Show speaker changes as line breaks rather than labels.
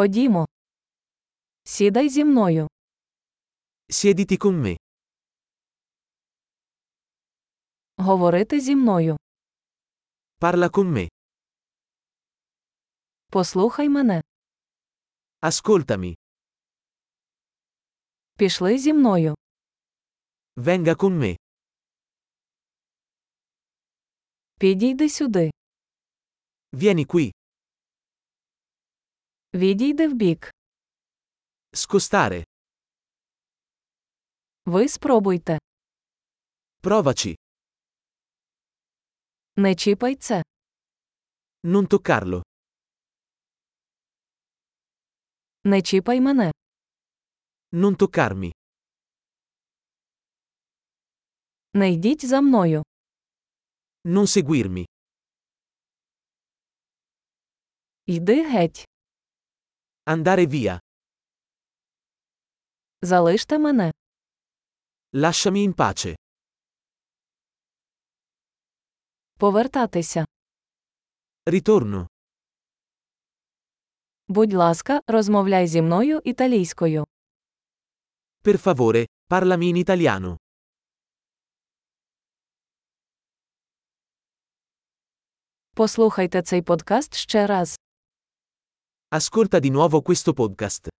Ходімо. Сідай зі мною.
Siediti con me.
Говорити зі мною.
Parla con me.
Послухай мене.
Ascoltami.
Пішли зі мною.
Venga con me.
Підійди сюди.
Vieni qui.
Відійди вбік.
Scostare.
Ви спробуйте.
Provaci.
Не чіпай це.
Non toccarlo.
Не чіпай мене.
Non toccarmi.
Не йдіть за мною.
Non seguirmi.
Йди геть.
Andare via.
Залиште мене.
Lasciami in pace.
Повертатися.
Ritorno.
Будь ласка, розмовляй зі мною італійською.
Per favore, parlami in italiano.
Послухайте цей подкаст ще раз.
Ascolta di nuovo questo podcast.